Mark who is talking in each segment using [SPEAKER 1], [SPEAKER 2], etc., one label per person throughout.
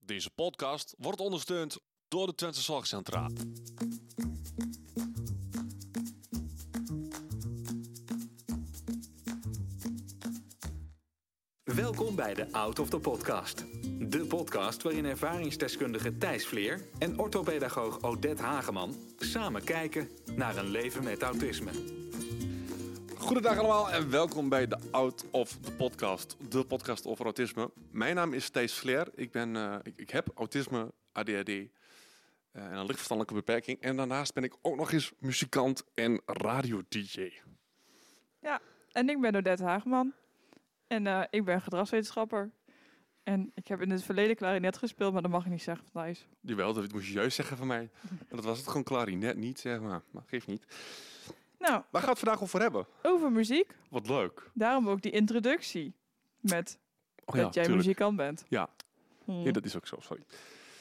[SPEAKER 1] Deze podcast wordt ondersteund door de Twente Zorgcentra.
[SPEAKER 2] Welkom bij de Out of the Podcast. De podcast waarin ervaringsdeskundige Thijs Vleer en orthopedagoog Odette Hageman samen kijken naar een leven met autisme.
[SPEAKER 1] Goedendag allemaal en welkom bij de Out of the Podcast. De podcast over autisme. Mijn naam is Thijs Vleer. Ik, ben, eh, ik, ik heb autisme, ADHD eh, en een lichtverstandelijke beperking. En daarnaast ben ik ook nog eens muzikant en radio-dj.
[SPEAKER 3] Ja, en ik ben Odette Haagman. En eh, ik ben gedragswetenschapper. En ik heb in het verleden klarinet gespeeld, maar dat mag ik niet zeggen van Thijs.
[SPEAKER 1] Jawel, dat moest je juist zeggen van mij. En dat was het gewoon klarinet niet, zeg maar. Maar geeft niet.
[SPEAKER 3] Nou,
[SPEAKER 1] Waar gaan we het vandaag over hebben?
[SPEAKER 3] over muziek.
[SPEAKER 1] Wat leuk.
[SPEAKER 3] Daarom ook die introductie. Met
[SPEAKER 1] Oh
[SPEAKER 3] dat jij muzikant bent.
[SPEAKER 1] Ja,
[SPEAKER 3] Hm.
[SPEAKER 1] nee, dat is ook zo, sorry.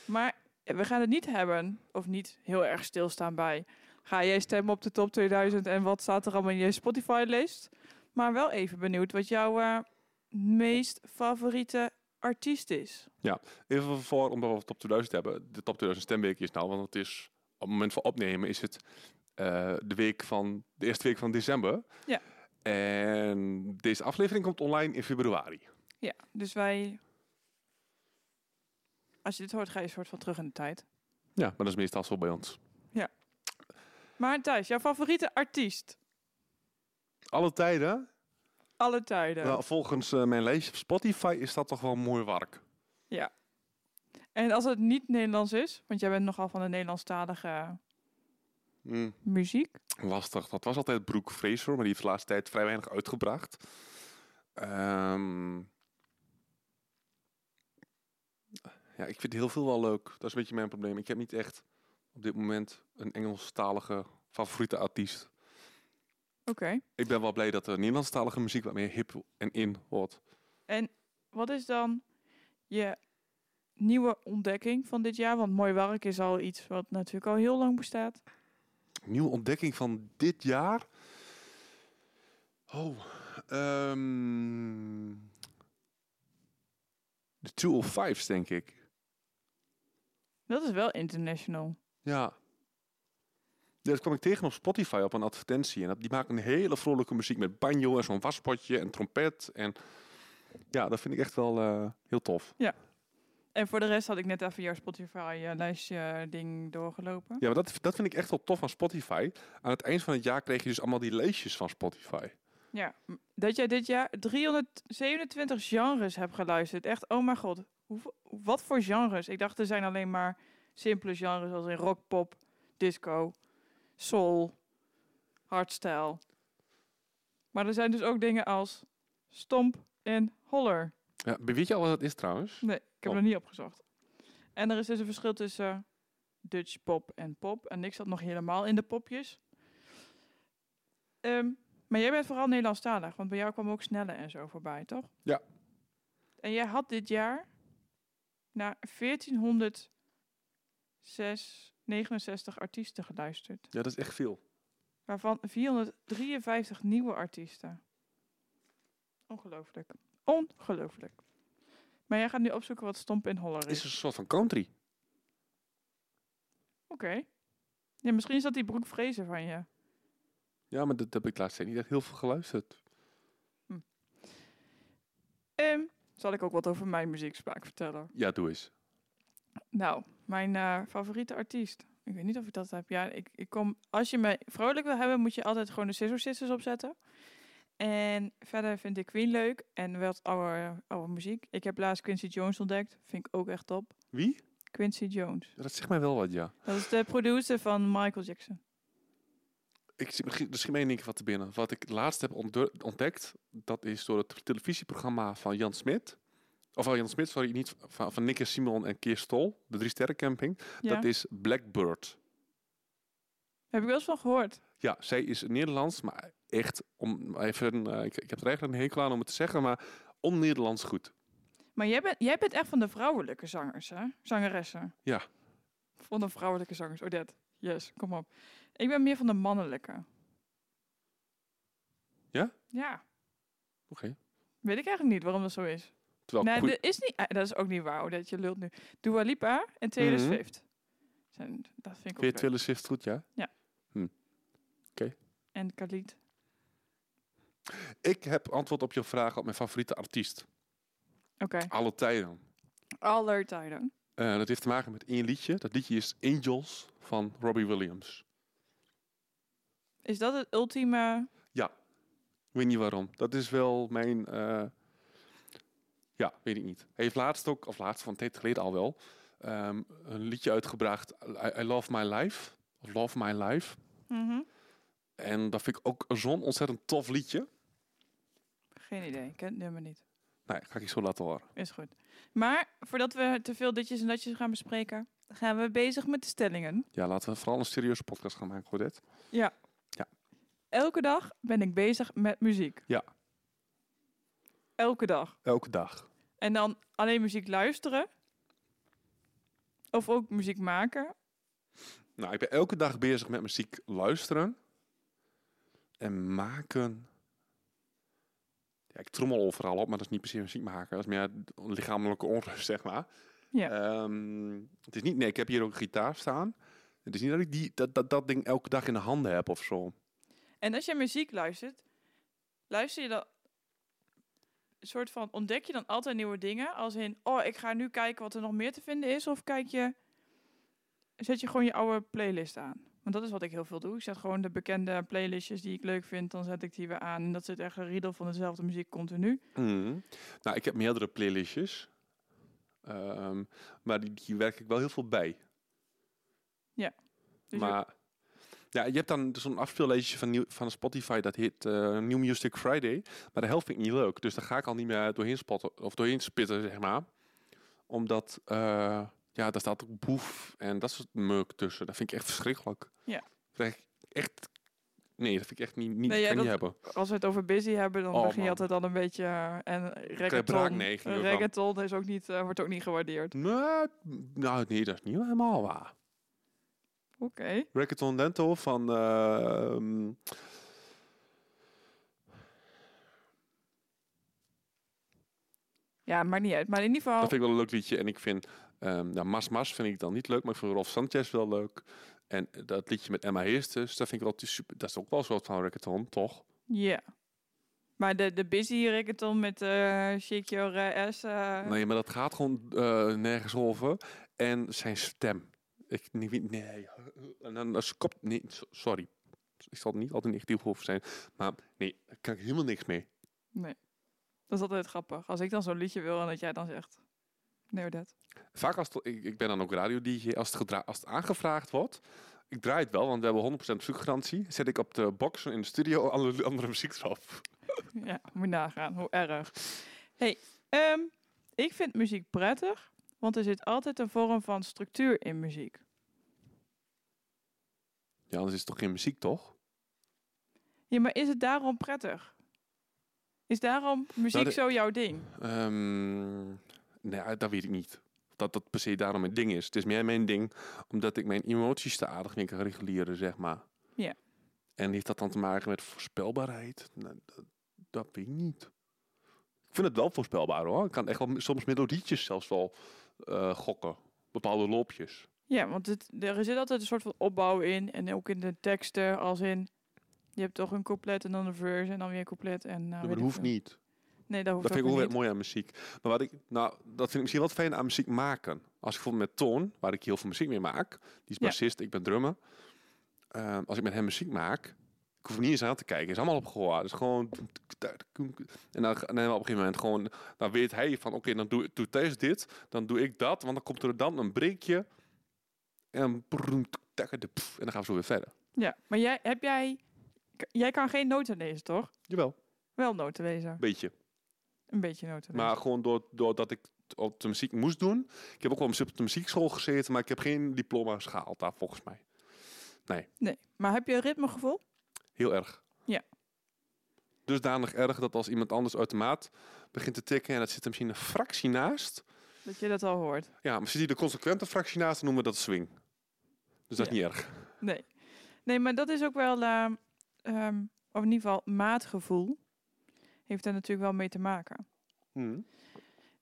[SPEAKER 3] Maar we gaan het niet hebben, of niet heel erg stilstaan bij. Ga jij stemmen op de top 2000 en wat staat er allemaal in je Spotify-lijst? Maar wel even benieuwd wat jouw eh, meest favoriete artiest is.
[SPEAKER 1] Ja, even voor, omdat we het top 2000 hebben. De top 2000 stemweek is nou, want het is op het moment van opnemen is het eh, de, week van, de eerste week van december.
[SPEAKER 3] Ja.
[SPEAKER 1] En deze aflevering komt online in februari.
[SPEAKER 3] Ja, dus wij. Als je dit hoort, ga je een soort van terug in de tijd.
[SPEAKER 1] Ja, maar dat is meestal zo bij ons.
[SPEAKER 3] Maar Thijs, jouw favoriete artiest?
[SPEAKER 1] Alle tijden,
[SPEAKER 3] Alle tijden.
[SPEAKER 1] nou, volgens eh, mijn lijstje op Spotify, is dat toch wel mooi werk.
[SPEAKER 3] Ja. En als het niet Nederlands is, want jij bent nogal van de Nederlandstalige
[SPEAKER 1] Hm,
[SPEAKER 3] muziek.
[SPEAKER 1] lastig. Dat was altijd Brooke Fraser, maar die heeft de laatste tijd vrij weinig uitgebracht. Ehm, ja, ik vind heel veel wel leuk. Dat is een beetje mijn probleem. Ik heb niet echt op dit moment een Engelstalige favoriete artiest.
[SPEAKER 3] Oké.
[SPEAKER 1] Ik ben wel blij dat de Nederlandstalige muziek wat meer hip en in wordt.
[SPEAKER 3] En wat is dan je nieuwe ontdekking van dit jaar? Want Mooi Werk is al iets wat natuurlijk al heel lang bestaat.
[SPEAKER 1] Nieuwe ontdekking van dit jaar. Oh, ehm de 205's denk ik.
[SPEAKER 3] Dat is wel international.
[SPEAKER 1] Ja. Ja, Dat kwam ik tegen op Spotify op een advertentie. En dat- die maken een hele vrolijke muziek met banjo en zo'n waspotje en trompet. En ja, dat vind ik echt wel eh, heel tof.
[SPEAKER 3] En voor de rest had ik net even jouw eh, Spotify-lijstje-ding doorgelopen.
[SPEAKER 1] Ja, maar dat, dat vind ik echt wel tof van Spotify. Aan het eind van het jaar kreeg je dus allemaal die lijstjes van Spotify.
[SPEAKER 3] Ja, m- dat jij dit jaar 327 genres hebt geluisterd. Echt, oh mijn god. Hoeveel- wat voor genres? Ik dacht, er zijn alleen maar simpele genres als in rock, pop, disco, soul, hardstyle. Maar er zijn dus ook dingen als stomp en holler.
[SPEAKER 1] Ja, weet je al wat dat is trouwens?
[SPEAKER 3] Nee, ik heb
[SPEAKER 1] Oh.
[SPEAKER 3] er niet opgezocht. En er is dus een verschil tussen Dutch pop en pop. En ik zat nog helemaal in de popjes. Ehm, maar jij bent vooral Nederlandstalig, want bij jou kwam ook snelle en zo voorbij, toch?
[SPEAKER 1] Ja.
[SPEAKER 3] En jij had dit jaar naar 1469 artiesten geluisterd.
[SPEAKER 1] Ja, dat is echt veel.
[SPEAKER 3] Waarvan 453 nieuwe artiesten. Ongelooflijk. Ongelooflijk. Maar jij gaat nu opzoeken wat Stomp in Holler is.
[SPEAKER 1] Is een soort van country.
[SPEAKER 3] Oké. Ja, misschien is dat die broek vrezen van je.
[SPEAKER 1] Ja, maar dat heb ik laatst niet echt heel veel geluisterd.
[SPEAKER 3] Ehm, zal ik ook wat over mijn muziekspraak vertellen?
[SPEAKER 1] Ja, doe eens.
[SPEAKER 3] Nou, mijn eh, favoriete artiest. Ik weet niet of ik dat heb. Ja, ik, ik kom. Als je me vrolijk wil hebben, moet je altijd gewoon de Scissor Sisters opzetten. En verder vind ik Queen leuk en wat oude, oude muziek. Ik heb laatst Quincy Jones ontdekt. Vind ik ook echt top.
[SPEAKER 1] Wie?
[SPEAKER 3] Quincy Jones.
[SPEAKER 1] Ja, Dat zegt mij wel wat, ja.
[SPEAKER 3] Dat is de producer van Michael Jackson.
[SPEAKER 1] Ik zie misschien, misschien meen ik wat te binnen. Wat ik laatst heb ontde- ontdekt, dat is door het televisieprogramma van Jan Smit. Of van Jan Smit, sorry, niet van, van Nick en Simon en Keer Stol, de drie sterrencamping.
[SPEAKER 3] Ja.
[SPEAKER 1] Dat is Blackbird.
[SPEAKER 3] Heb ik wel eens van gehoord.
[SPEAKER 1] Ja, zij is Nederlands, maar echt om even. eh, ik, ik heb er eigenlijk een hekel aan om het te zeggen, maar on-Nederlands goed.
[SPEAKER 3] Maar jij bent, jij bent echt van de vrouwelijke zangers, hè? Zangeressen.
[SPEAKER 1] Ja.
[SPEAKER 3] Van de vrouwelijke zangers. Odette, yes, kom op. Ik ben meer van de mannelijke.
[SPEAKER 1] Ja?
[SPEAKER 3] Ja.
[SPEAKER 1] Oké.
[SPEAKER 3] Weet ik eigenlijk niet waarom dat zo is.
[SPEAKER 1] Terwijl
[SPEAKER 3] nee,
[SPEAKER 1] goeie-
[SPEAKER 3] dat is, niet, eh, dat is ook niet waar. oh, Dat je lult nu. Dua Lipa en Taylor
[SPEAKER 1] Mhm.
[SPEAKER 3] Swift. Zijn, dat vind ik ook
[SPEAKER 1] Vind je
[SPEAKER 3] leuk.
[SPEAKER 1] Taylor Swift goed, ja?
[SPEAKER 3] En Khalid.
[SPEAKER 1] Ik heb antwoord op je vraag op mijn favoriete artiest.
[SPEAKER 3] Oké.
[SPEAKER 1] Alle tijden.
[SPEAKER 3] Aller tijden.
[SPEAKER 1] Eh, dat heeft te maken met één liedje. Dat liedje is Angels van Robbie Williams.
[SPEAKER 3] Is dat het ultieme...
[SPEAKER 1] Ik weet niet waarom. Dat is wel mijn... eh, Ja, weet ik niet. Hij heeft laatst ook, of laatst, van een tijd geleden al wel, ehm, een liedje uitgebracht. I, I Love My Life. Of Love My Life.
[SPEAKER 3] Mhm.
[SPEAKER 1] En dat vind ik ook zo'n ontzettend tof liedje.
[SPEAKER 3] Geen idee. Ik ken het nummer niet.
[SPEAKER 1] Nee, Nou ga ik je zo laten horen.
[SPEAKER 3] Is goed. Maar voordat we te veel ditjes en datjes gaan bespreken, gaan we bezig met de stellingen.
[SPEAKER 1] Ja, laten we vooral een serieuze podcast gaan maken, Godet.
[SPEAKER 3] Elke dag ben ik bezig met muziek.
[SPEAKER 1] Ja.
[SPEAKER 3] Elke dag.
[SPEAKER 1] Elke dag.
[SPEAKER 3] En dan alleen muziek luisteren. Of ook muziek maken.
[SPEAKER 1] Nou, ik ben elke dag bezig met muziek luisteren en maken. Ja, ik trommel overal op, maar dat is niet per se muziek maken. Dat is meer lichamelijke onrust, zeg maar.
[SPEAKER 3] Ja.
[SPEAKER 1] Ehm, het is niet, nee, ik heb hier ook een gitaar staan. Het is niet dat ik die, dat, dat, dat ding elke dag in de handen heb of zo.
[SPEAKER 3] En als je muziek luistert, luister je dan een soort van ontdek je dan altijd nieuwe dingen, als in oh ik ga nu kijken wat er nog meer te vinden is, of kijk je zet je gewoon je oude playlist aan. Want dat is wat ik heel veel doe. Ik zet gewoon de bekende playlistjes die ik leuk vind, dan zet ik die weer aan. En dat zit echt een riedel van dezelfde muziek continu.
[SPEAKER 1] Nou, ik heb meerdere playlistjes. Ehm, maar die, die werk ik wel heel veel bij.
[SPEAKER 3] Dus je-
[SPEAKER 1] maar ja, je hebt dan zo'n afspeellijstje van, nieuw, van Spotify dat heet eh, New Music Friday. Maar de helft vind ik niet leuk. Dus daar ga ik al niet meer doorheen spotten of doorheen spitten, zeg maar. Omdat eh, ja, daar staat ook boef en dat soort meuk tussen. Dat vind ik echt verschrikkelijk.
[SPEAKER 3] Ja.
[SPEAKER 1] Dat vind ik echt. Nee, dat vind ik echt niet, niet,
[SPEAKER 3] Nee, ja,
[SPEAKER 1] kan ik niet
[SPEAKER 3] dat-
[SPEAKER 1] hebben.
[SPEAKER 3] als we het over busy hebben, dan
[SPEAKER 1] Oh,
[SPEAKER 3] begin
[SPEAKER 1] man.
[SPEAKER 3] je altijd al een beetje eh, en
[SPEAKER 1] braak
[SPEAKER 3] reggaeton.
[SPEAKER 1] negen uur van.
[SPEAKER 3] Reggaeton is ook niet, eh, wordt ook niet gewaardeerd.
[SPEAKER 1] Nou, nou, nee, dat is niet helemaal waar.
[SPEAKER 3] Oké.
[SPEAKER 1] Racketon Lento van. eh, ehm,
[SPEAKER 3] Ja, maakt niet uit. Maar in ieder geval
[SPEAKER 1] Dat vind ik wel een leuk liedje. En ik vind ehm ja, Mas Mas vind ik dan niet leuk, maar ik vind Rolf Sanchez wel leuk. En eh, dat liedje met Emma Heersters, dat vind ik wel te super. Dat is ook wel een soort van reggaeton, toch?
[SPEAKER 3] Ja. Maar de, de busy reggaeton met eh Shake Your eh, Ass. eh,
[SPEAKER 1] Nee, maar dat gaat gewoon eh, nergens over. En zijn stem. Ik niet weet- nee. En dan als kop. Nee, so- sorry. Ik zal niet altijd negatief over zijn. Maar nee, daar kan ik helemaal niks mee.
[SPEAKER 3] Dat is altijd grappig. Als ik dan zo'n liedje wil en dat jij dan zegt. Nee, dat.
[SPEAKER 1] Vaak als het- ik, ik ben dan ook radio DJ, als het, gedra- als het aangevraagd wordt, ik draai het wel, want we hebben 100% zoekgarantie, zet ik op de boxen in de studio alle andere muziek eraf.
[SPEAKER 3] Ja, moet je nagaan. Hoe erg. hey, ehm, ik vind muziek prettig. Want er zit altijd een vorm van structuur in muziek.
[SPEAKER 1] Ja, anders is het toch geen muziek, toch?
[SPEAKER 3] Ja, maar is het daarom prettig? Is daarom muziek
[SPEAKER 1] Nou, de-
[SPEAKER 3] zo jouw ding?
[SPEAKER 1] Ehm, nee, dat weet ik niet. Of Dat dat per se daarom mijn ding is. Het is meer mijn ding, omdat ik mijn emoties te aardig mee kan reguleren, zeg maar.
[SPEAKER 3] Ja.
[SPEAKER 1] En heeft dat dan te maken met voorspelbaarheid? Nou, dat, dat weet ik niet. Ik vind het wel voorspelbaar, hoor. Ik kan echt wel m- soms melodietjes zelfs wel eh, gokken. Bepaalde loopjes.
[SPEAKER 3] Ja, want het, er zit altijd een soort van opbouw in. En ook in de teksten, als in... Je hebt toch een couplet en dan een verse en dan weer een couplet. En, eh,
[SPEAKER 1] Ja,
[SPEAKER 3] weet
[SPEAKER 1] maar
[SPEAKER 3] ik
[SPEAKER 1] dat hoeft
[SPEAKER 3] veel.
[SPEAKER 1] niet.
[SPEAKER 3] Nee, dat hoeft
[SPEAKER 1] Dat vind ik ook
[SPEAKER 3] ook weer
[SPEAKER 1] weer
[SPEAKER 3] niet.
[SPEAKER 1] mooi aan muziek. Maar wat ik, nou, dat vind ik misschien wat fijn aan muziek maken. Als ik bijvoorbeeld met Toon, waar ik heel veel muziek mee maak, die is
[SPEAKER 3] Ja.
[SPEAKER 1] bassist, ik ben drummer. Ehm, als ik met hem muziek maak, ik hoef niet eens aan te kijken, is allemaal opgehoord. Dus gewoon. En dan, en dan op een gegeven moment gewoon, dan weet hij van, oké, dan doe, doe Thijs dit, dan doe ik dat, want dan komt er dan een breekje. En dan, en dan gaan we zo weer verder.
[SPEAKER 3] Ja, maar jij, heb jij... k- Jij kan geen noten lezen, toch?
[SPEAKER 1] Jawel,
[SPEAKER 3] Wel noten lezen.
[SPEAKER 1] beetje.
[SPEAKER 3] Een beetje noten lezen.
[SPEAKER 1] Maar gewoon door, doordat ik t- op de muziek moest doen. Ik heb ook wel op de muziekschool gezeten, maar ik heb geen diploma's gehaald daar volgens mij.
[SPEAKER 3] Nee. Maar heb je een ritmegevoel?
[SPEAKER 1] Heel erg.
[SPEAKER 3] Ja.
[SPEAKER 1] Dusdanig erg dat als iemand anders uit de maat begint te tikken en dat zit er misschien een fractie naast.
[SPEAKER 3] Dat je dat al hoort.
[SPEAKER 1] Ja, maar zit hij de consequente fractie naast, dan noemen we dat swing. Dus dat is
[SPEAKER 3] Ja.
[SPEAKER 1] niet erg.
[SPEAKER 3] Nee. Nee, maar dat is ook wel... ehm, ehm, of in ieder geval maatgevoel. Heeft daar natuurlijk wel mee te maken.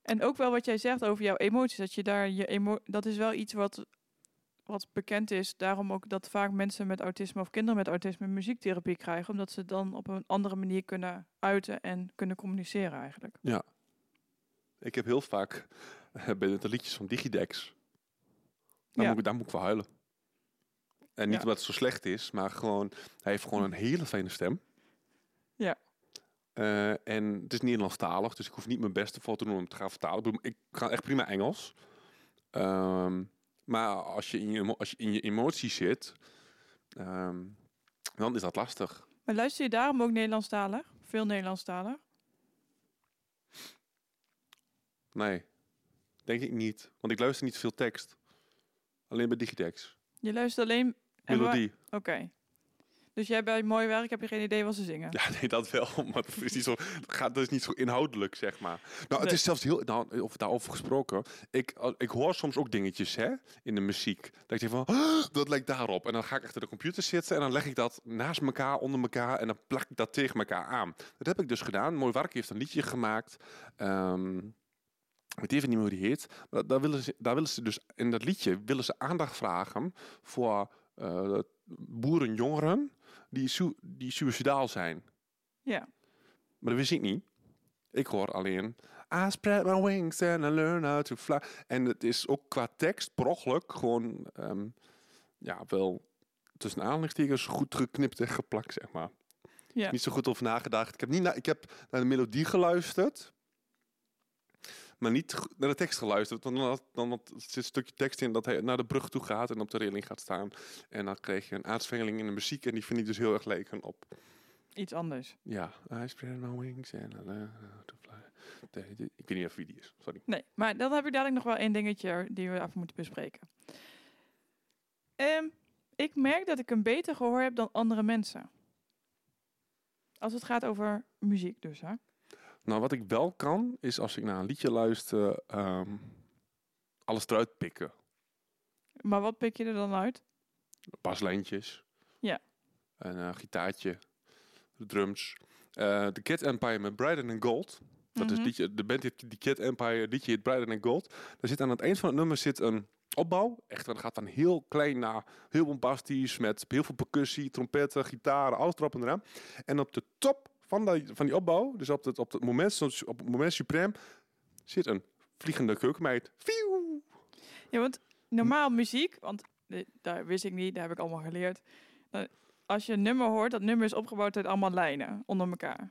[SPEAKER 3] En ook wel wat jij zegt over jouw emoties. Dat, je daar je emo dat is wel iets wat, wat bekend is. Daarom ook dat vaak mensen met autisme of kinderen met autisme muziektherapie krijgen. Omdat ze dan op een andere manier kunnen uiten en kunnen communiceren eigenlijk.
[SPEAKER 1] Ik heb heel vaak eh, bij de liedjes van Digidex. Daar,
[SPEAKER 3] Ja.
[SPEAKER 1] moet, ik- daar moet ik voor huilen. En niet
[SPEAKER 3] Ja.
[SPEAKER 1] omdat het zo slecht is, maar gewoon, hij heeft gewoon een hele fijne stem.
[SPEAKER 3] Ja.
[SPEAKER 1] Eh, en het is Nederlandstalig, dus ik hoef niet mijn beste voor te doen om hem te gaan vertalen. Ik bedoel, Ik kan echt prima Engels. Ehm, maar als je in je, emo- als je, in je emotie zit, ehm, dan is dat lastig.
[SPEAKER 3] Maar luister je daarom ook Nederlandstalig? Veel Nederlandstalig?
[SPEAKER 1] Nee, denk ik niet. Want ik luister niet veel tekst. Alleen bij Digidex.
[SPEAKER 3] Je luistert alleen... en waar-
[SPEAKER 1] Melodie.
[SPEAKER 3] Oké. Dus jij bij Mooi Werk heb je geen idee wat ze zingen?
[SPEAKER 1] Ja, nee, dat wel. Maar dat is niet zo, gaat, dat is niet zo inhoudelijk, zeg maar. Nou, het
[SPEAKER 3] Nee.
[SPEAKER 1] is zelfs heel... Nou, of daarover gesproken. Ik, al- ik hoor soms ook dingetjes, hè, in de muziek. Dat ik denk van, "Ah, dat lijkt daarop. En dan ga ik achter de computer zitten en dan leg ik dat naast elkaar, onder elkaar. En dan plak ik dat tegen elkaar aan. Dat heb ik dus gedaan. Mooi Wark heeft een liedje gemaakt. ehm, ik weet even niet meer hoe die heet. Maar da- daar willen, ze, daar willen ze dus in dat liedje willen ze aandacht vragen voor eh, boerenjongeren die, sui- die suicidaal zijn.
[SPEAKER 3] Ja.
[SPEAKER 1] Maar dat wist ik niet. Ik hoor alleen... I spread my wings and I learn how to fly. En het is ook qua tekst, prochelijk, gewoon... ehm, ja, wel tussen aanhalingstekens goed geknipt en geplakt, zeg maar.
[SPEAKER 3] Ja.
[SPEAKER 1] Niet zo goed over nagedacht. Ik heb, niet na- ik heb naar de melodie geluisterd... Maar niet go- naar de tekst geluisterd. Want dan, had, dan had, zit een stukje tekst in dat hij naar de brug toe gaat en op de reling gaat staan. En dan kreeg je een aansvengeling in de muziek. En die vind ik dus heel erg lijken op
[SPEAKER 3] Iets anders.
[SPEAKER 1] ja, I spread my wings and I learn how to fly. De- de- Ik weet niet of wie die is, sorry.
[SPEAKER 3] Nee, maar dan heb ik dadelijk nog wel één dingetje die we even moeten bespreken. Ehm, ik merk dat ik een beter gehoor heb dan andere mensen. Als het gaat over muziek dus, hè?
[SPEAKER 1] Nou, wat ik wel kan, is als ik naar een liedje luister, ehm, alles eruit pikken.
[SPEAKER 3] Maar wat pik je er dan uit?
[SPEAKER 1] Baslijntjes.
[SPEAKER 3] Ja.
[SPEAKER 1] Een eh, gitaartje. De drums. Eh The Cat Empire met Brighter Than Gold. Dat is
[SPEAKER 3] Mhm.
[SPEAKER 1] het liedje, de band heeft die Cat Empire, het liedje heet Brighter Than Gold. Daar zit aan het eind van het nummer zit een opbouw. Echt, dat gaat van heel klein naar heel bombastisch met heel veel percussie, trompetten, gitaren, alles erop en eraan. En op de top van die, van die opbouw, dus op het, op het moment, soms- op het moment supreme, zit een vliegende keukenmeid. Fieuw!
[SPEAKER 3] Ja, want normaal muziek, want eh, daar wist ik niet, daar heb ik allemaal geleerd. Dan- Als je een nummer hoort, dat nummer is opgebouwd uit allemaal lijnen onder elkaar.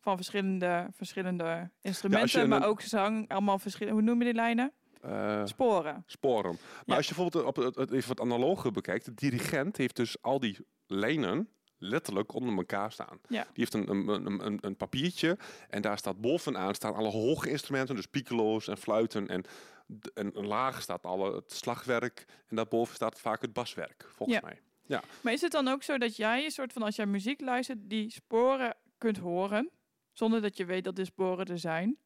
[SPEAKER 3] Van verschillende, verschillende instrumenten,
[SPEAKER 1] een-
[SPEAKER 3] maar ook zang, allemaal verschillende, hoe noem je die lijnen?
[SPEAKER 1] Eh,
[SPEAKER 3] Sporen.
[SPEAKER 1] sporen. Maar
[SPEAKER 3] Ja.
[SPEAKER 1] als je bijvoorbeeld op het, het even wat analoge bekijkt, de dirigent heeft dus al die lijnen letterlijk onder elkaar staan.
[SPEAKER 3] Ja.
[SPEAKER 1] Die heeft een, een, een, een, een papiertje en daar staat bovenaan staan alle hoge instrumenten, dus piccolo's en fluiten en, d- en laag staat alle het slagwerk en daarboven staat vaak het baswerk, volgens
[SPEAKER 3] Ja.
[SPEAKER 1] mij.
[SPEAKER 3] Maar is het dan ook zo dat jij een soort van, als jij muziek luistert, die sporen kunt horen, zonder dat je weet dat die sporen er zijn?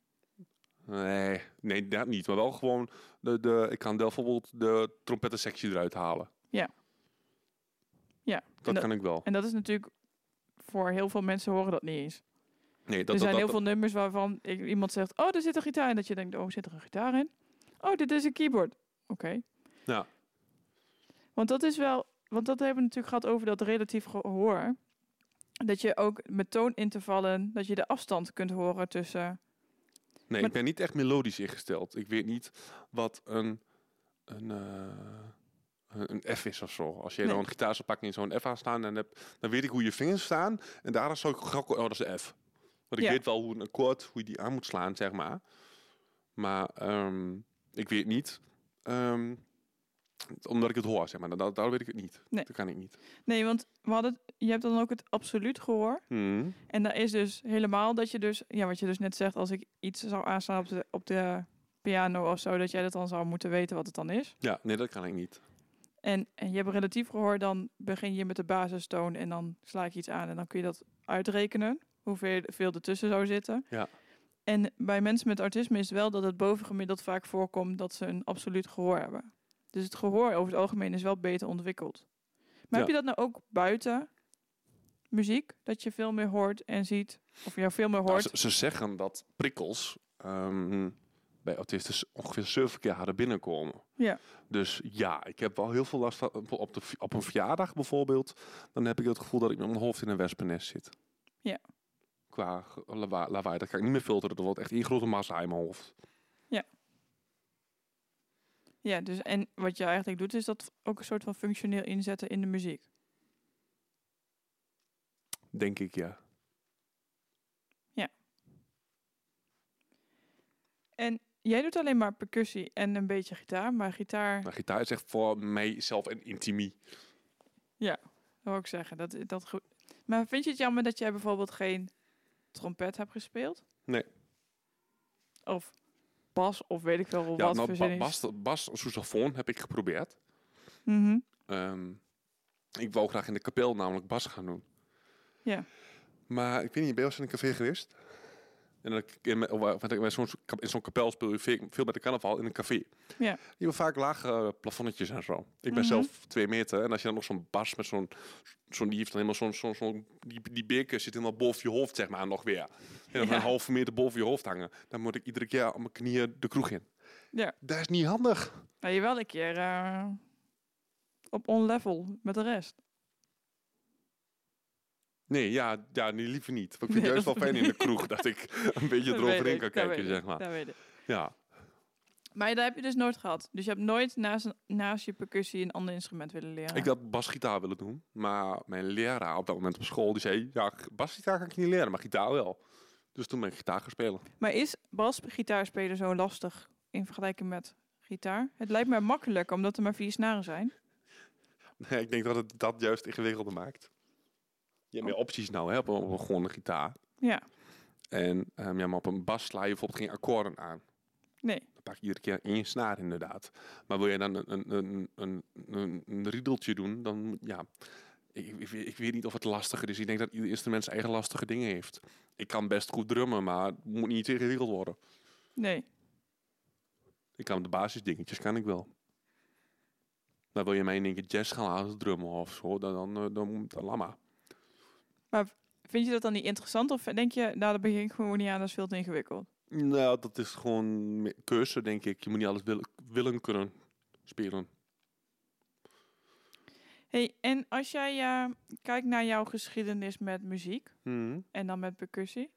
[SPEAKER 1] Nee, nee, dat niet. Maar wel gewoon, de, de, ik kan wel bijvoorbeeld de trompettensectie eruit halen.
[SPEAKER 3] Ja. Ja,
[SPEAKER 1] Dat,
[SPEAKER 3] dat-
[SPEAKER 1] kan ik wel.
[SPEAKER 3] En dat is natuurlijk, voor heel veel mensen horen dat niet eens.
[SPEAKER 1] Nee, dat,
[SPEAKER 3] er zijn
[SPEAKER 1] dat,
[SPEAKER 3] heel veel nummers waarvan i- iemand zegt, oh, er zit een gitaar in. Dat je denkt, oh, zit er een gitaar in? Oh, dit is een keyboard. Oké.
[SPEAKER 1] Ja.
[SPEAKER 3] Want dat is wel, want dat hebben we natuurlijk gehad over dat relatief gehoor. Dat je ook met toonintervallen, dat je de afstand kunt horen tussen...
[SPEAKER 1] Nee,
[SPEAKER 3] Maar-
[SPEAKER 1] ik ben niet echt melodisch ingesteld. Ik weet niet wat een, een, eh, een- een F is of zo. Als jij
[SPEAKER 3] Nee.
[SPEAKER 1] dan een gitaar zou pakken en zo'n F aan staan, dan, heb, dan weet ik hoe je vingers staan. En daarna zou ik gauw... Oh, dat is een F. Want ik
[SPEAKER 3] Ja.
[SPEAKER 1] weet wel hoe een akkoord, hoe je die aan moet slaan, zeg maar. Maar ehm, ik weet niet... ehm, omdat ik het hoor, zeg maar. Daar, daar weet ik het niet.
[SPEAKER 3] Nee.
[SPEAKER 1] Dat kan ik niet.
[SPEAKER 3] Nee, want we hadden, het- je hebt dan ook het absoluut gehoor.
[SPEAKER 1] Hmm.
[SPEAKER 3] En daar is dus helemaal dat je dus, ja, wat je dus net zegt, als ik iets zou aanstaan op de, op de piano of zo, dat jij dat dan zou moeten weten wat het dan is.
[SPEAKER 1] Ja, nee, dat kan ik niet.
[SPEAKER 3] En, en je hebt relatief gehoor, dan begin je met de basistoon en dan sla ik iets aan en dan kun je dat uitrekenen, hoeveel veel ertussen zou zitten.
[SPEAKER 1] Ja.
[SPEAKER 3] En bij mensen met autisme is wel dat het bovengemiddeld vaak voorkomt dat ze een absoluut gehoor hebben. Dus het gehoor over het algemeen is wel beter ontwikkeld. Maar heb je
[SPEAKER 1] Ja.
[SPEAKER 3] dat nou ook buiten muziek, dat je veel meer hoort en ziet, of je veel meer
[SPEAKER 1] Nou,
[SPEAKER 3] hoort?
[SPEAKER 1] ze, ze zeggen dat prikkels ehm, bij autisten s- ongeveer 7 keer harder binnenkomen.
[SPEAKER 3] Ja.
[SPEAKER 1] Dus ja, ik heb wel heel veel last van op, de, op een verjaardag bijvoorbeeld. Dan heb ik het gevoel dat ik met mijn hoofd in een wespennest zit.
[SPEAKER 3] Ja.
[SPEAKER 1] Qua ge- lawaai, lawaai, dat kan ik niet meer filteren. Er wordt echt één grote massa in mijn hoofd.
[SPEAKER 3] Ja, dus en wat je eigenlijk doet, is dat ook een soort van functioneel inzetten in de muziek.
[SPEAKER 1] Denk ik, ja.
[SPEAKER 3] En jij doet alleen maar percussie en een beetje gitaar, maar gitaar,
[SPEAKER 1] Maar gitaar is echt voor mijzelf en intimie.
[SPEAKER 3] wil ik zeggen, dat, dat goed. Maar vind je het jammer dat jij bijvoorbeeld geen trompet hebt gespeeld?
[SPEAKER 1] Nee.
[SPEAKER 3] Of bas, of weet ik veel
[SPEAKER 1] Ja,
[SPEAKER 3] wat
[SPEAKER 1] nou,
[SPEAKER 3] voor
[SPEAKER 1] ba-
[SPEAKER 3] zin is.
[SPEAKER 1] bas, bas, sousaphone heb ik geprobeerd.
[SPEAKER 3] Mhm.
[SPEAKER 1] Ehm, ik wou graag in de kapel namelijk bas gaan doen.
[SPEAKER 3] Ja.
[SPEAKER 1] Maar ik weet niet, ben je wel eens in een café geweest? En dat ik in, mijn- of, eh, want ik- bij zo'n- in zo'n kapel speel je veel, veel met de carnaval in een café.
[SPEAKER 3] Ja.
[SPEAKER 1] Die hebben vaak lage eh, plafonnetjes en zo. Ik ben
[SPEAKER 3] Mhm.
[SPEAKER 1] zelf twee meter en als je dan nog zo'n bas met zo'n... zo'n die heeft dan helemaal zo'n... zo'n zo'n- die, die beker zit helemaal boven je hoofd, zeg maar, nog weer. En dan
[SPEAKER 3] Ja.
[SPEAKER 1] een halve meter boven je hoofd hangen. Dan moet ik iedere keer op mijn knieën de kroeg in.
[SPEAKER 3] Ja.
[SPEAKER 1] Dat is niet handig.
[SPEAKER 3] Nou, je wel een keer eh, op on-level met de rest.
[SPEAKER 1] Nee, ja, ja nee, liever niet. Want ik vind
[SPEAKER 3] Nee,
[SPEAKER 1] juist wel
[SPEAKER 3] dat
[SPEAKER 1] fijn in de kroeg dat ik een beetje
[SPEAKER 3] Dat weet
[SPEAKER 1] eroverheen
[SPEAKER 3] ik,
[SPEAKER 1] kan
[SPEAKER 3] dat
[SPEAKER 1] kijken,
[SPEAKER 3] weet
[SPEAKER 1] zeg
[SPEAKER 3] ik,
[SPEAKER 1] maar.
[SPEAKER 3] dat weet ik.
[SPEAKER 1] Ja,
[SPEAKER 3] Maar dat heb je dus nooit gehad. Dus je hebt nooit naast, een- naast je percussie een ander instrument willen leren.
[SPEAKER 1] ik had basgitaar willen doen, maar mijn leraar op dat moment op school die zei, ja, g- basgitaar kan ik je niet leren, maar gitaar wel. Dus toen ben ik gitaar gaan spelen.
[SPEAKER 3] Maar is basgitaarspelen zo lastig in vergelijking met gitaar? Het lijkt mij makkelijk, omdat er maar vier snaren zijn.
[SPEAKER 1] Nee, ik denk dat het dat juist ingewikkelder maakt. Je hebt meer
[SPEAKER 3] Oh.
[SPEAKER 1] opties nou, hè, op een, op een gewone gitaar.
[SPEAKER 3] Ja,
[SPEAKER 1] En ehm, ja, maar op een bas sla je bijvoorbeeld geen akkoorden aan.
[SPEAKER 3] nee.
[SPEAKER 1] Dan pak je iedere keer één snaar inderdaad. Maar wil je dan een, een, een, een, een, een riedeltje doen, dan moet- ja... Ik, ik, weet- ik weet niet of het lastiger is. Ik denk dat ieder instrument zijn eigen lastige dingen heeft. Ik kan best goed drummen, maar het moet niet ingewikkeld worden.
[SPEAKER 3] Nee.
[SPEAKER 1] Ik kan de basisdingetjes, kan ik wel. Maar wil je mij in één keer jazz gaan laten drummen of zo, dan, dan, eh, dan, moet- dan lama.
[SPEAKER 3] Vind je dat dan niet interessant? Of denk je, nou, daar begin ik gewoon niet aan, dat is veel te ingewikkeld?
[SPEAKER 1] Nou, dat is gewoon me- keuze, denk ik. Je moet niet alles willen, willen kunnen spelen.
[SPEAKER 3] hey, en als jij eh, kijkt naar jouw geschiedenis met muziek en dan met percussie,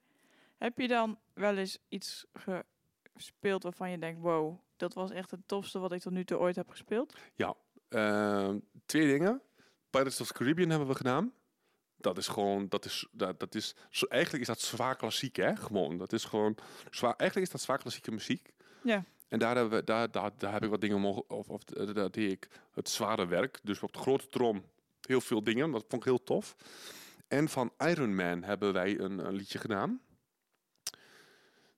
[SPEAKER 3] heb je dan wel eens iets gespeeld waarvan je denkt, wow, dat was echt het tofste wat ik tot nu toe ooit heb gespeeld?
[SPEAKER 1] Ehm, twee dingen. Pirates of the Caribbean hebben we gedaan. Dat is gewoon, dat is, dat, dat is, zo, eigenlijk is dat zwaar klassiek, hè? Gewoon, dat is gewoon, zwaar, eigenlijk is dat zwaar klassieke muziek.
[SPEAKER 3] Ja.
[SPEAKER 1] En daar, hebben we, daar, daar, daar heb ik wat dingen mogen, of, of eh, daar deed ik het zware werk. Dus op de grote trom heel veel dingen, dat vond ik heel tof. En van Iron Man hebben wij een, een liedje gedaan.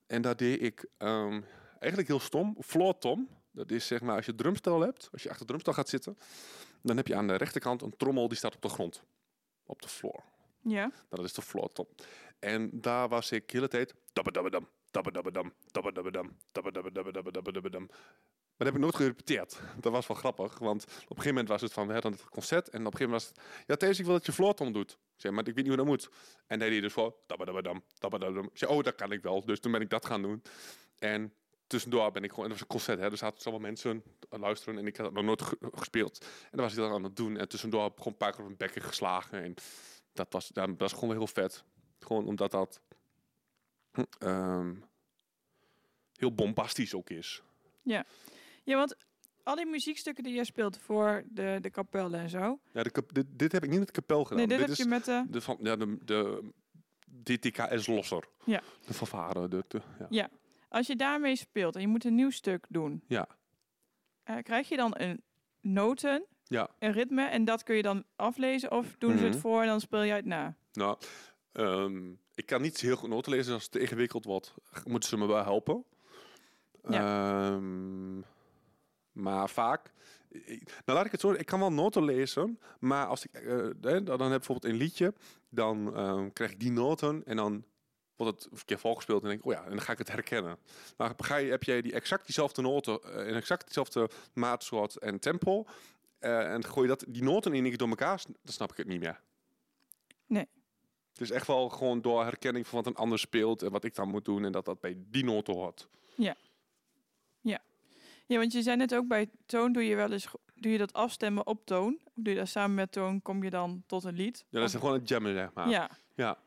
[SPEAKER 1] En daar deed ik ehm, eigenlijk heel stom, floor tom. Dat is zeg maar als je drumstel hebt, als je achter de drumstel gaat zitten, dan heb je aan de rechterkant een trommel die staat op de grond. Op de floor.
[SPEAKER 3] Ja.
[SPEAKER 1] Nou, dat is de floor tom. En daar was ik de hele tijd. Dabbedabbedam, dabbedabbedam, dabbedabbedam, dabbedabbedabbedabbedabbedabbedam. Maar dat heb ik nooit gerepeteerd. Dat was wel grappig, want op een gegeven moment was het van, we hadden het concert en op een gegeven moment was het, ja Thees, ik wil dat je floortom doet. Ik zei, maar ik weet niet hoe dat moet. En hij deed dus voor, dabbedabbedam, dabbedabbedam. Ik zei, oh, dat kan ik wel. Dus toen ben ik dat gaan doen. En tussendoor ben ik gewoon, en dat was een concert, hè, er zaten zoveel mensen te luisteren en ik had dat nog nooit ge- gespeeld. En dan was ik dat aan het doen en tussendoor heb ik gewoon een paar keer op mijn bekken geslagen en dat was, ja, dat was gewoon heel vet. Gewoon omdat dat hm, ehm, heel bombastisch ook is.
[SPEAKER 3] Ja, want al die muziekstukken die jij speelt voor de, de kapellen en zo.
[SPEAKER 1] Ja, de kap- dit, dit heb ik niet met de kapel gedaan.
[SPEAKER 3] nee, dit, heb
[SPEAKER 1] is
[SPEAKER 3] je met de.
[SPEAKER 1] de, van, ja, de, de DTKS Losser.
[SPEAKER 3] Ja.
[SPEAKER 1] De fanfare. De, de- ja.
[SPEAKER 3] Als je daarmee speelt en je moet een nieuw stuk doen,
[SPEAKER 1] Ja.
[SPEAKER 3] eh, krijg je dan een noten,
[SPEAKER 1] Ja.
[SPEAKER 3] een ritme en dat kun je dan aflezen of doen ze het
[SPEAKER 1] Mhm.
[SPEAKER 3] voor en dan speel jij het na.
[SPEAKER 1] Nou, ehm, ik kan niet heel goed noten lezen. dus Als het te ingewikkeld wordt, g- moeten ze me wel helpen. Ehm, maar vaak... i- i- Nou, laat ik het zo zeggen, Ik kan wel noten lezen, maar als ik... eh, eh, dan, dan heb ik bijvoorbeeld een liedje, dan ehm, krijg ik die noten en dan wordt het een keer volgespeeld en denk ik, oh ja, en dan ga ik het herkennen. Maar ga je, heb jij die exact diezelfde noten, eh, in exact diezelfde maatsoort en tempo, eh, en gooi je dat, die noten in één keer door elkaar, s- dan snap ik het niet meer. Het is echt wel gewoon door herkenning van wat een ander speelt en wat ik dan moet doen en dat dat bij die noten hoort.
[SPEAKER 3] Ja, want je zei net ook bij toon doe je wel eens go- doe je dat afstemmen op toon. Of doe je dat samen met toon kom je dan tot een lied.
[SPEAKER 1] Ja, dat is
[SPEAKER 3] Of-
[SPEAKER 1] gewoon het jammen, zeg maar.
[SPEAKER 3] ja.
[SPEAKER 1] Ja.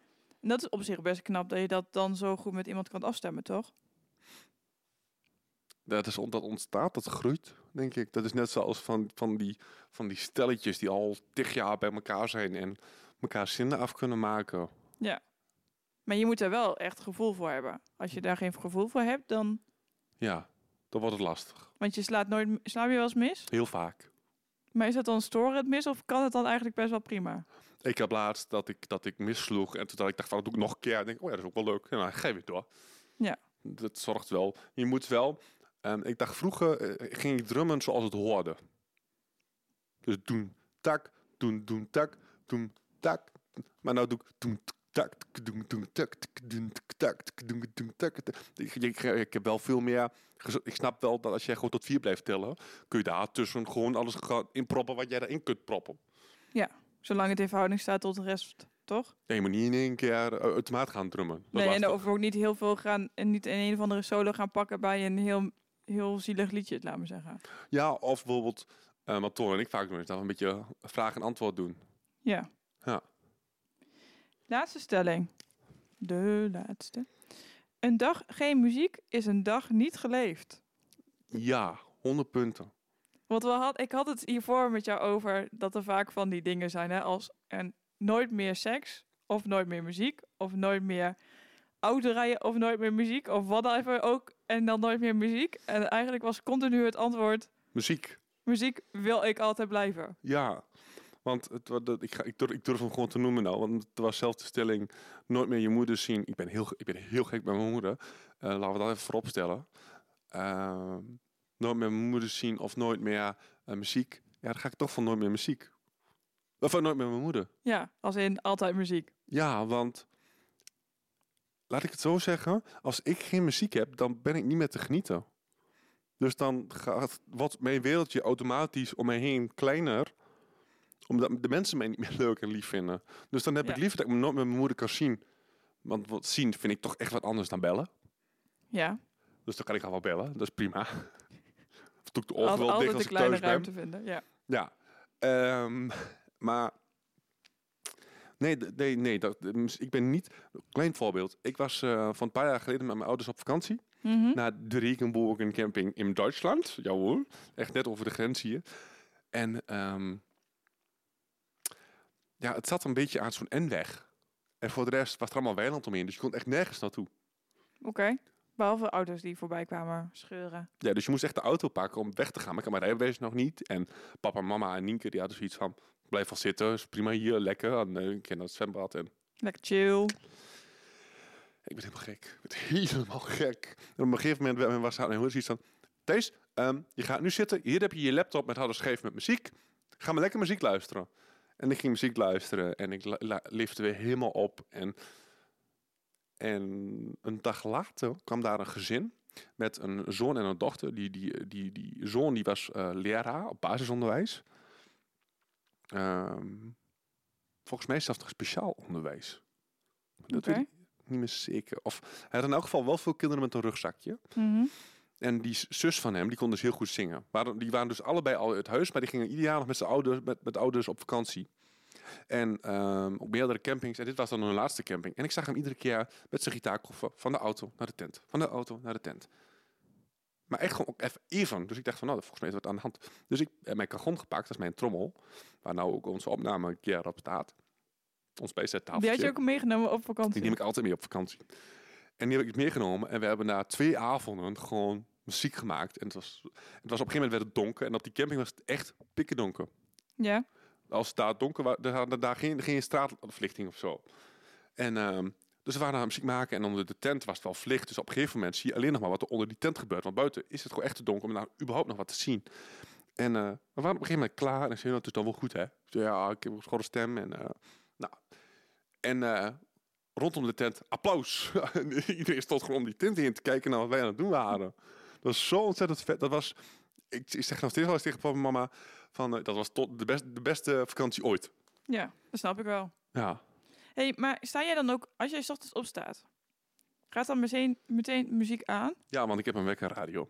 [SPEAKER 3] En dat is op zich best knap dat je dat dan zo goed met iemand kan afstemmen, toch?
[SPEAKER 1] Dat, is, on- dat ontstaat, dat groeit, denk ik. Dat is net zoals van, van, die, van die stelletjes die al tig jaar bij elkaar zijn en elkaar zinnen af kunnen maken.
[SPEAKER 3] Maar je moet er wel echt gevoel voor hebben. Als je daar geen gevoel voor hebt, dan...
[SPEAKER 1] Ja, dan wordt het lastig.
[SPEAKER 3] Want je slaat nooit... m- Slaap je wel eens mis?
[SPEAKER 1] Heel vaak.
[SPEAKER 3] Maar is dat dan storend mis of kan het dan eigenlijk best wel prima?
[SPEAKER 1] Ik heb laatst dat ik, dat ik missloeg en toen dacht ik dacht van, dat doe ik nog een keer. En denk ik, oh ja, dat is ook wel leuk. En dan ga je weer door.
[SPEAKER 3] Ja.
[SPEAKER 1] Dat zorgt wel. Je moet wel... ehm, ik dacht vroeger eh, ging ik drummen zoals het hoorde. Dus doen, tak, doen, doen, tak, doen, tak. Maar nou doe ik doen, tak, tak, doen, doen, tak, tak, doen, tak, tak, tak, doen, doen, tak. tak. Ik, ik, ik heb wel veel meer... gez- Ik snap wel dat als jij gewoon tot vier blijft tellen... kun je daar tussen gewoon alles gaan inproppen wat jij daarin kunt proppen.
[SPEAKER 3] Zolang het in verhouding staat tot de rest, toch?
[SPEAKER 1] Nee, je moet niet in één keer eh, automaat gaan drummen. Dat
[SPEAKER 3] nee,
[SPEAKER 1] was
[SPEAKER 3] en
[SPEAKER 1] het.
[SPEAKER 3] of ook niet heel veel gaan... En niet in een of andere solo gaan pakken bij een heel, heel zielig liedje, laat maar zeggen.
[SPEAKER 1] Ja, of bijvoorbeeld, eh wat Ton en ik vaak doen, is dan een beetje vraag en antwoord doen.
[SPEAKER 3] Ja.
[SPEAKER 1] Ja.
[SPEAKER 3] Laatste stelling. De laatste. Een dag geen muziek is een dag niet geleefd.
[SPEAKER 1] Ja, 100 punten.
[SPEAKER 3] Want we had, ik had het hiervoor met jou over dat er vaak van die dingen zijn. Hè, als en nooit meer seks, of nooit meer muziek, of nooit meer auto rijden, of nooit meer muziek, of whatever ook. En dan nooit meer muziek. En eigenlijk was continu het antwoord,
[SPEAKER 1] Muziek,
[SPEAKER 3] muziek wil ik altijd blijven.
[SPEAKER 1] ja. Want het, wa- dat, ik, ga, ik, durf, ik durf hem gewoon te noemen nou, want het was zelf de stelling, nooit meer je moeder zien. Ik ben heel, ge- ik ben heel gek bij mijn moeder. Eh, laten we dat even voorop stellen. Ehm, nooit meer mijn moeder zien of nooit meer eh, muziek. Ja, dan ga ik toch van nooit meer muziek. Of van nooit meer mijn moeder.
[SPEAKER 3] Ja, als in altijd muziek.
[SPEAKER 1] Ja, want laat ik het zo zeggen, als ik geen muziek heb, dan ben ik niet meer te genieten. Dus dan gaat wat mijn wereldje automatisch om mij heen kleiner, omdat de mensen mij niet meer leuk en lief vinden. Dus dan heb
[SPEAKER 3] Ja.
[SPEAKER 1] ik liever dat ik me nooit met mijn moeder kan zien. Want wat zien vind ik toch echt wat anders dan bellen.
[SPEAKER 3] Ja,
[SPEAKER 1] Dus dan kan ik al wel bellen, dat is prima. Of doe ik de
[SPEAKER 3] Al-
[SPEAKER 1] oren wel dicht
[SPEAKER 3] altijd
[SPEAKER 1] als
[SPEAKER 3] een
[SPEAKER 1] ik
[SPEAKER 3] kleine
[SPEAKER 1] thuis ben.
[SPEAKER 3] ruimte vinden. Ja.
[SPEAKER 1] Ja, ehm, maar. Nee, d- nee, nee dat, de mus- ik ben niet. Klein voorbeeld. Ik was eh, van een paar jaar geleden met mijn ouders op vakantie.
[SPEAKER 3] Mhm.
[SPEAKER 1] Naar de Regenbogen Camping in Duitsland. Jawohl. Echt net over de grens hier. En. ehm, ja, het zat een beetje aan zo'n N-weg. En voor de rest was er allemaal weiland omheen. Dus je kon echt nergens naartoe.
[SPEAKER 3] Oké. Behalve auto's die voorbij kwamen scheuren.
[SPEAKER 1] Ja, dus je moest echt de auto pakken om weg te gaan. Maar ik had mijn rijbewijs nog niet. En papa, mama en Nienke die hadden zoiets van... Blijf wel zitten, is prima hier, lekker. En eh, ik ken dat zwembad. En
[SPEAKER 3] Lekker chill.
[SPEAKER 1] ik ben helemaal gek. Ik ben helemaal gek. En op een gegeven moment wa- was hij heel zoiets van... Thijs, ehm, je gaat nu zitten. Hier heb je je laptop met harde scheef met muziek. Ga maar lekker muziek luisteren. En ik ging muziek luisteren. En ik la- la- lifte weer helemaal op. En, en een dag later kwam daar een gezin... met een zoon en een dochter. Die, die, die, die zoon die was eh, leraar op basisonderwijs. Ehm, volgens mij zelfs nog speciaal onderwijs. Dat weet
[SPEAKER 3] Oké.
[SPEAKER 1] ik niet meer zeker. Of hij had in elk geval wel veel kinderen met een rugzakje.
[SPEAKER 3] Mhm.
[SPEAKER 1] En die z- zus van hem, die kon dus heel goed zingen. Waren- Die waren dus allebei al uit huis, maar die gingen ieder jaar nog met zijn ouders, met, met ouders op vakantie. En ehm, op meerdere campings. En dit was dan hun laatste camping. En ik zag hem iedere keer met zijn gitaarkoffer van de auto naar de tent. Van de auto naar de tent. Maar echt gewoon ook even even. Dus ik dacht van, nou, volgens mij is wat aan de hand. Dus ik heb mijn kagon gepakt, dat is mijn trommel. Waar nou ook onze opname een keer op staat. Ons
[SPEAKER 3] Die had
[SPEAKER 1] bijzettafeltje.
[SPEAKER 3] je ook meegenomen op vakantie.
[SPEAKER 1] Die neem ik altijd mee op vakantie. En die heb ik meegenomen. En we hebben na twee avonden gewoon muziek gemaakt. En het was, het was op een gegeven moment werd het donker. En op die camping was het echt pikken donker.
[SPEAKER 3] Ja.
[SPEAKER 1] Als het daar donker was, daar, daar, daar geen, geen straatverlichting of zo. En ehm, dus we waren aan muziek maken. En onder de tent was het wel verlicht. Dus op een gegeven moment zie je alleen nog maar wat er onder die tent gebeurt. Want buiten is het gewoon echt te donker om daar überhaupt nog wat te zien. En eh, we waren op een gegeven moment klaar. En ik zei, nou, het is dan wel goed, hè? Ik zei, ja, ik heb een schorre stem. En, eh, nou. en eh, rondom de tent, applaus. En Iedereen stond gewoon om die tent heen te kijken naar wat wij aan het doen waren. Dat was zo ontzettend vet. Dat was, ik, ik zeg nog steeds wel eens tegen papa en mama, van, eh, dat was tot de, best, de beste vakantie ooit.
[SPEAKER 3] Ja, dat snap ik wel.
[SPEAKER 1] Ja.
[SPEAKER 3] hey, maar sta jij dan ook, als jij 's ochtends opstaat, gaat dan meteen, meteen muziek aan?
[SPEAKER 1] ja, want ik heb een wekkerradio.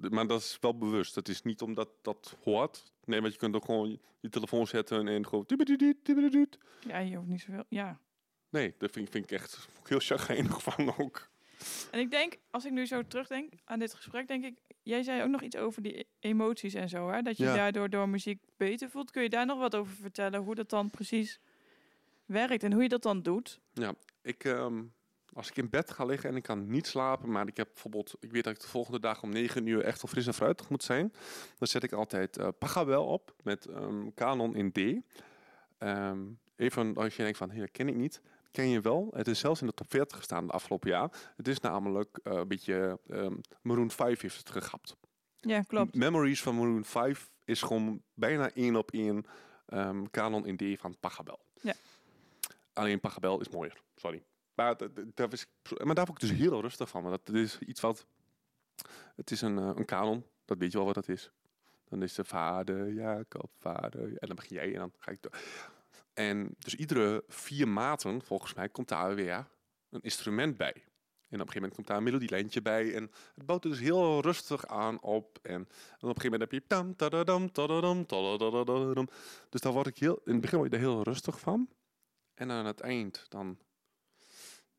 [SPEAKER 1] D- Maar dat is wel bewust. Het is niet omdat dat hoort. Nee, want je kunt ook gewoon je, je telefoon zetten en gewoon... tiebededoet, tiebededoet.
[SPEAKER 3] Ja, je hoeft niet zoveel. Ja.
[SPEAKER 1] Nee, dat vind, ik- vind ik echt vond ik heel chagrijnig van ook.
[SPEAKER 3] En ik denk, als ik nu zo terugdenk aan dit gesprek, denk ik, jij zei ook nog iets over die e- emoties en zo, hè? Dat je
[SPEAKER 1] Ja.
[SPEAKER 3] daardoor door muziek beter voelt. Kun je daar nog wat over vertellen, hoe dat dan precies werkt en hoe je dat dan doet?
[SPEAKER 1] Ik, ehm, als ik in bed ga liggen en ik kan niet slapen, maar ik heb bijvoorbeeld, ik weet dat ik de volgende dag om 9 uur echt al fris en fruitig moet zijn, dan zet ik altijd eh Pagabel op met ehm Canon in D. Ehm, even als je denkt van, hier ken ik niet, ken je wel. Het is zelfs in de top 40 gestaan de afgelopen jaar. Het is namelijk eh, een beetje ehm, Maroon 5 heeft het gegapt.
[SPEAKER 3] Ja, klopt.
[SPEAKER 1] Memories van Maroon 5 is gewoon bijna één op één ehm kanon in D van Pachelbel.
[SPEAKER 3] Ja.
[SPEAKER 1] Alleen Pachelbel is mooier, sorry. Maar, dat- dat- daar was ik- maar daar word ik dus heel rustig van. Maar dat, dat is iets wat... Het is een, eh, een kanon, dat weet je wel wat dat is. Dan is de vader, Jacob, vader... En dan begin jij en dan ga ik door. En dus iedere vier maten, volgens mij, komt daar weer een instrument bij. En op een gegeven moment komt daar een melodielijntje bij. En het bouwt er dus heel rustig aan op. En, en op een gegeven moment heb je... Tam, tadadam, tadadam, tadadadadadam. Dus daar word ik heel... In het begin word je er heel rustig van. En aan het eind dan...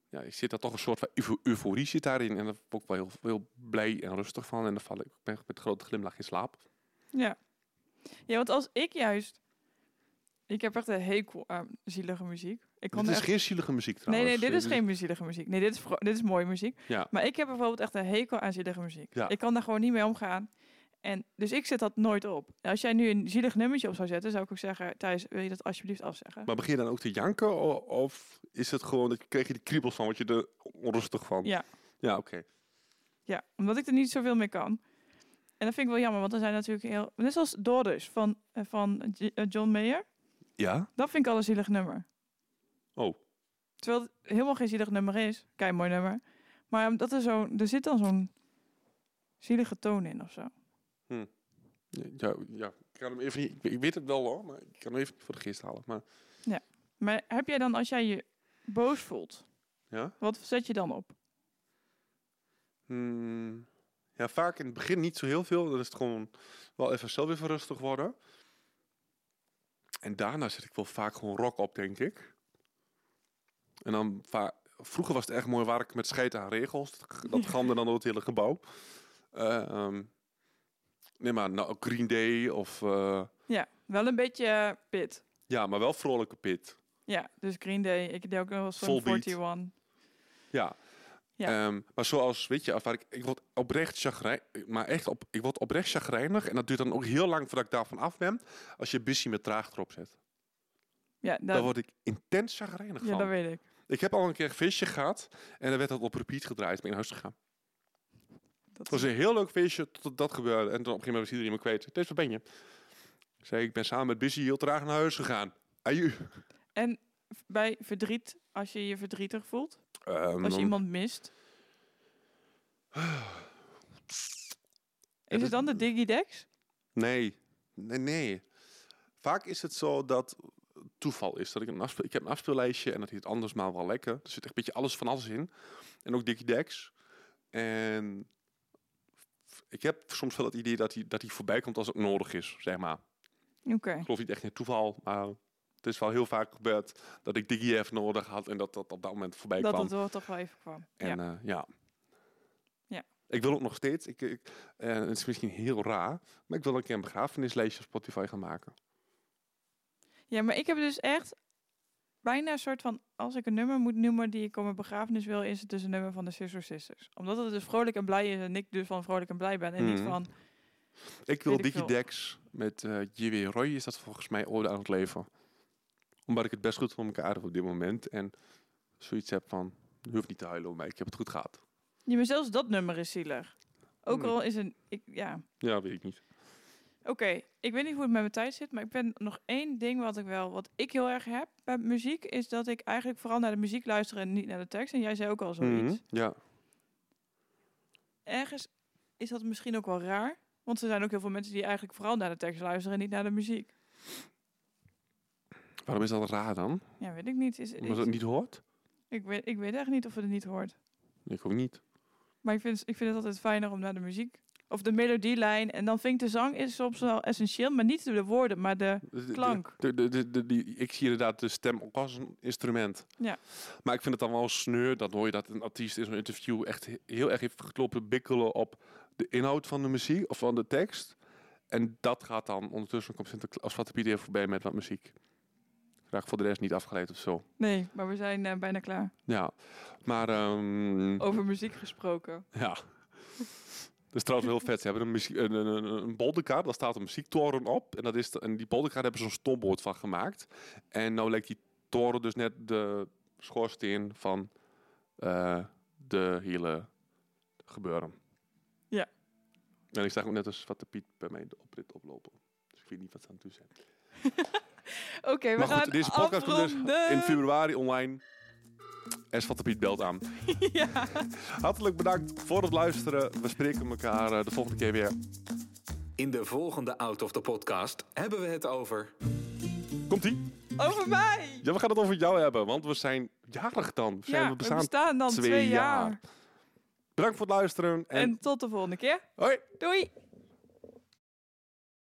[SPEAKER 1] Ja, ik zit daar toch een soort van eufo- euforie zit daarin. En daar word ik wel heel, heel blij en rustig van. En dan val ik met een grote glimlach in slaap. M-m-m.
[SPEAKER 3] Ja. Ja, want als ik juist... Ik heb echt een hekel aan zielige muziek. Ik
[SPEAKER 1] Dit
[SPEAKER 3] kon
[SPEAKER 1] is
[SPEAKER 3] echt...
[SPEAKER 1] geen zielige muziek
[SPEAKER 3] Nee,
[SPEAKER 1] trouwens.
[SPEAKER 3] nee, dit
[SPEAKER 1] Eh,
[SPEAKER 3] is geen zielige muziek. Nee, dit is, vro- dit is mooie muziek.
[SPEAKER 1] Ja.
[SPEAKER 3] Maar ik heb bijvoorbeeld echt een hekel aan zielige muziek.
[SPEAKER 1] Ja.
[SPEAKER 3] Ik kan daar gewoon niet mee omgaan. En, dus ik zet dat nooit op. En Als jij nu een zielig nummertje op zou zetten, zou ik ook zeggen... Thijs, wil je dat alsjeblieft afzeggen?
[SPEAKER 1] Maar begin je dan ook te janken? o- Of is het gewoon... Dat je- kreeg je die kriebels van? Word je er onrustig van?
[SPEAKER 3] Ja.
[SPEAKER 1] Ja, oké.
[SPEAKER 3] Ja, omdat ik er niet zoveel mee kan. En dat vind ik wel jammer, want er zijn natuurlijk heel... Net zoals Doris van, eh, van J- eh, John Mayer.
[SPEAKER 1] Ja?
[SPEAKER 3] Dat vind ik al een zielig nummer.
[SPEAKER 1] Oh.
[SPEAKER 3] Terwijl het helemaal geen zielig nummer is. Kijk, mooi nummer. Maar omdat er, zo, er zit dan zo'n zielige toon in of zo.
[SPEAKER 1] Ja, ja, ik kan hem even niet- ik, ik weet het wel hoor, maar ik kan hem even niet voor de geest halen. Maar
[SPEAKER 3] Maar heb jij dan, als jij je boos voelt,
[SPEAKER 1] ja,
[SPEAKER 3] wat zet je dan op?
[SPEAKER 1] Hmm, ja, vaak in het begin niet zo heel veel. Dan is het gewoon wel even zelf even rustig worden. En daarna zet ik wel vaak gewoon rock op, denk ik. En dan va- vroeger was het echt mooi waar ik met scheid aan regels. Dat, g- dat gamde dan door het hele gebouw. Eh, ehm, nee, maar nou, Green Day of eh,
[SPEAKER 3] Ja, wel een beetje eh, pit.
[SPEAKER 1] ja, maar wel vrolijke pit.
[SPEAKER 3] Ja, dus Green Day. Ik deed ook nog wel
[SPEAKER 1] Full
[SPEAKER 3] zo'n
[SPEAKER 1] beat.
[SPEAKER 3] 41.
[SPEAKER 1] Ja.
[SPEAKER 3] Ja.
[SPEAKER 1] Ehm, maar zoals, weet je, waar ik, ik word oprecht chagrijn, maar echt op, ik word oprecht chagrijnig en dat duurt dan ook heel lang voordat ik daarvan af ben. Als je busy met traag erop zet,
[SPEAKER 3] Ja, dat,
[SPEAKER 1] dan word ik intens chagrijnig
[SPEAKER 3] ja,
[SPEAKER 1] van.
[SPEAKER 3] dat weet ik.
[SPEAKER 1] Ik heb al een keer een feestje gehad en dan werd dat op repeat gedraaid. Ik ben naar huis gegaan.
[SPEAKER 3] Dat
[SPEAKER 1] Het was een heel leuk feestje tot dat gebeurde en dan op een gegeven moment was iedereen me kwijt. Deze, waar ben je? Ik zei, ik ben samen met busy heel traag naar huis gegaan. Aju.
[SPEAKER 3] En v- bij verdriet, als je je verdrietig voelt,
[SPEAKER 1] Ehm,
[SPEAKER 3] als je
[SPEAKER 1] dan-
[SPEAKER 3] iemand mist. Is
[SPEAKER 1] dat-
[SPEAKER 3] het dan de Digidex?
[SPEAKER 1] Nee, nee, nee. Vaak is het zo dat toeval is. Dat ik, een afspeel, ik heb een afspeellijstje en dat heet anders maar wel lekker. Er zit echt een beetje alles van alles in. En ook Dickie Dex. En ik heb soms wel het idee dat hij, dat hij voorbij komt als het nodig is, zeg maar.
[SPEAKER 3] Oké.
[SPEAKER 1] Ik geloof niet echt in toeval, maar het is wel heel vaak gebeurd dat ik Dickie even nodig had en dat dat op dat moment voorbij
[SPEAKER 3] Dat
[SPEAKER 1] kwam.
[SPEAKER 3] het wel toch wel even kwam.
[SPEAKER 1] En
[SPEAKER 3] ja.
[SPEAKER 1] ja. ja.
[SPEAKER 3] Ja.
[SPEAKER 1] Ik wil ook nog steeds, ik, ik, eh, het is misschien heel raar, maar ik wil een keer een begrafenislijstje op Spotify gaan maken.
[SPEAKER 3] ja, maar ik heb dus echt bijna een soort van... Als ik een nummer moet noemen die ik op mijn begrafenis wil... is het dus een nummer van de Sister Sisters. Omdat het dus vrolijk en blij is en ik dus van vrolijk en blij ben. En niet
[SPEAKER 1] Mhm.
[SPEAKER 3] van...
[SPEAKER 1] Ik wil
[SPEAKER 3] Weet ik
[SPEAKER 1] Dickie
[SPEAKER 3] veel.
[SPEAKER 1] Dex met eh J.W. Roy, is dat volgens mij orde aan het leven. Omdat ik het best goed voor elkaar heb op dit moment. En zoiets heb van, je hoeft niet te huilen om mij, ik heb het goed gehad.
[SPEAKER 3] Ja, maar zelfs dat nummer is zielig. Ook
[SPEAKER 1] Hmm.
[SPEAKER 3] al is een... Ik, ja,
[SPEAKER 1] Ja, weet ik niet.
[SPEAKER 3] Oké, ik weet niet hoe het met mijn tijd zit, maar ik ben nog één ding wat ik wel, wat ik heel erg heb bij muziek, is dat ik eigenlijk vooral naar de muziek luister en niet naar de tekst. En jij zei ook al zoiets.
[SPEAKER 1] Mhm, Ja.
[SPEAKER 3] Ergens is dat misschien ook wel raar, want er zijn ook heel veel mensen die eigenlijk vooral naar de tekst luisteren en niet naar de muziek.
[SPEAKER 1] Waarom is dat raar dan?
[SPEAKER 3] Ja, weet ik niet. Is,
[SPEAKER 1] Omdat het
[SPEAKER 3] is-
[SPEAKER 1] niet hoort?
[SPEAKER 3] ik, weet, ik weet echt niet of het niet hoort.
[SPEAKER 1] Ik ook niet.
[SPEAKER 3] Maar ik vind, ik vind het altijd fijner om naar de muziek of de melodielijn. En dan vind ik de zang is soms wel essentieel, maar niet de woorden, maar de
[SPEAKER 1] Dus De- de-
[SPEAKER 3] klank.
[SPEAKER 1] de- de- de- de- die, ik zie inderdaad de stem ook als een instrument.
[SPEAKER 3] Ja.
[SPEAKER 1] Maar ik vind het dan wel sneu, dat hoor je dat een artiest in zo'n interview echt he- heel erg heeft gekloppen bikkelen op de inhoud van de muziek of van de tekst. En dat gaat dan ondertussen, komt Sinterkla- als Zwarte Piet even voorbij met wat muziek. Graag voor de rest niet afgeleid of zo.
[SPEAKER 3] Nee, maar we zijn eh, bijna klaar.
[SPEAKER 1] Ja, maar ehm,
[SPEAKER 3] Over muziek gesproken.
[SPEAKER 1] ja. Dat is trouwens wel heel vet. Ze hebben een, muziek, een, een, een, een bolderkaart, daar staat een muziektoren op. En, dat is de- en die bolderkaart hebben ze een stopbord van gemaakt. En nou lijkt die toren dus net de schoorsteen van eh, de hele gebeuren.
[SPEAKER 3] Ja.
[SPEAKER 1] En ik zag ook net als wat de Piet bij mij de oprit oplopen. Dus ik weet niet wat ze aan het doen zijn.
[SPEAKER 3] Oké, we
[SPEAKER 1] Maar
[SPEAKER 3] gaan
[SPEAKER 1] goed, deze podcast komt dus
[SPEAKER 3] afronden.
[SPEAKER 1] in februari online. En Zwarte Piet belt aan.
[SPEAKER 3] ja.
[SPEAKER 1] Hartelijk bedankt voor het luisteren. We spreken elkaar eh, de volgende keer weer.
[SPEAKER 2] In de volgende Out of the Podcast hebben we het over...
[SPEAKER 1] Komt-ie?
[SPEAKER 3] Over mij!
[SPEAKER 1] Ja, we gaan het over jou hebben, want we zijn jarig dan. We, zijn,
[SPEAKER 3] Ja,
[SPEAKER 1] we bestaan.
[SPEAKER 3] dan
[SPEAKER 1] twee
[SPEAKER 3] twee
[SPEAKER 1] jaar.
[SPEAKER 3] jaar.
[SPEAKER 1] Bedankt voor het luisteren en,
[SPEAKER 3] En tot de volgende keer.
[SPEAKER 1] hoi!
[SPEAKER 3] Doei!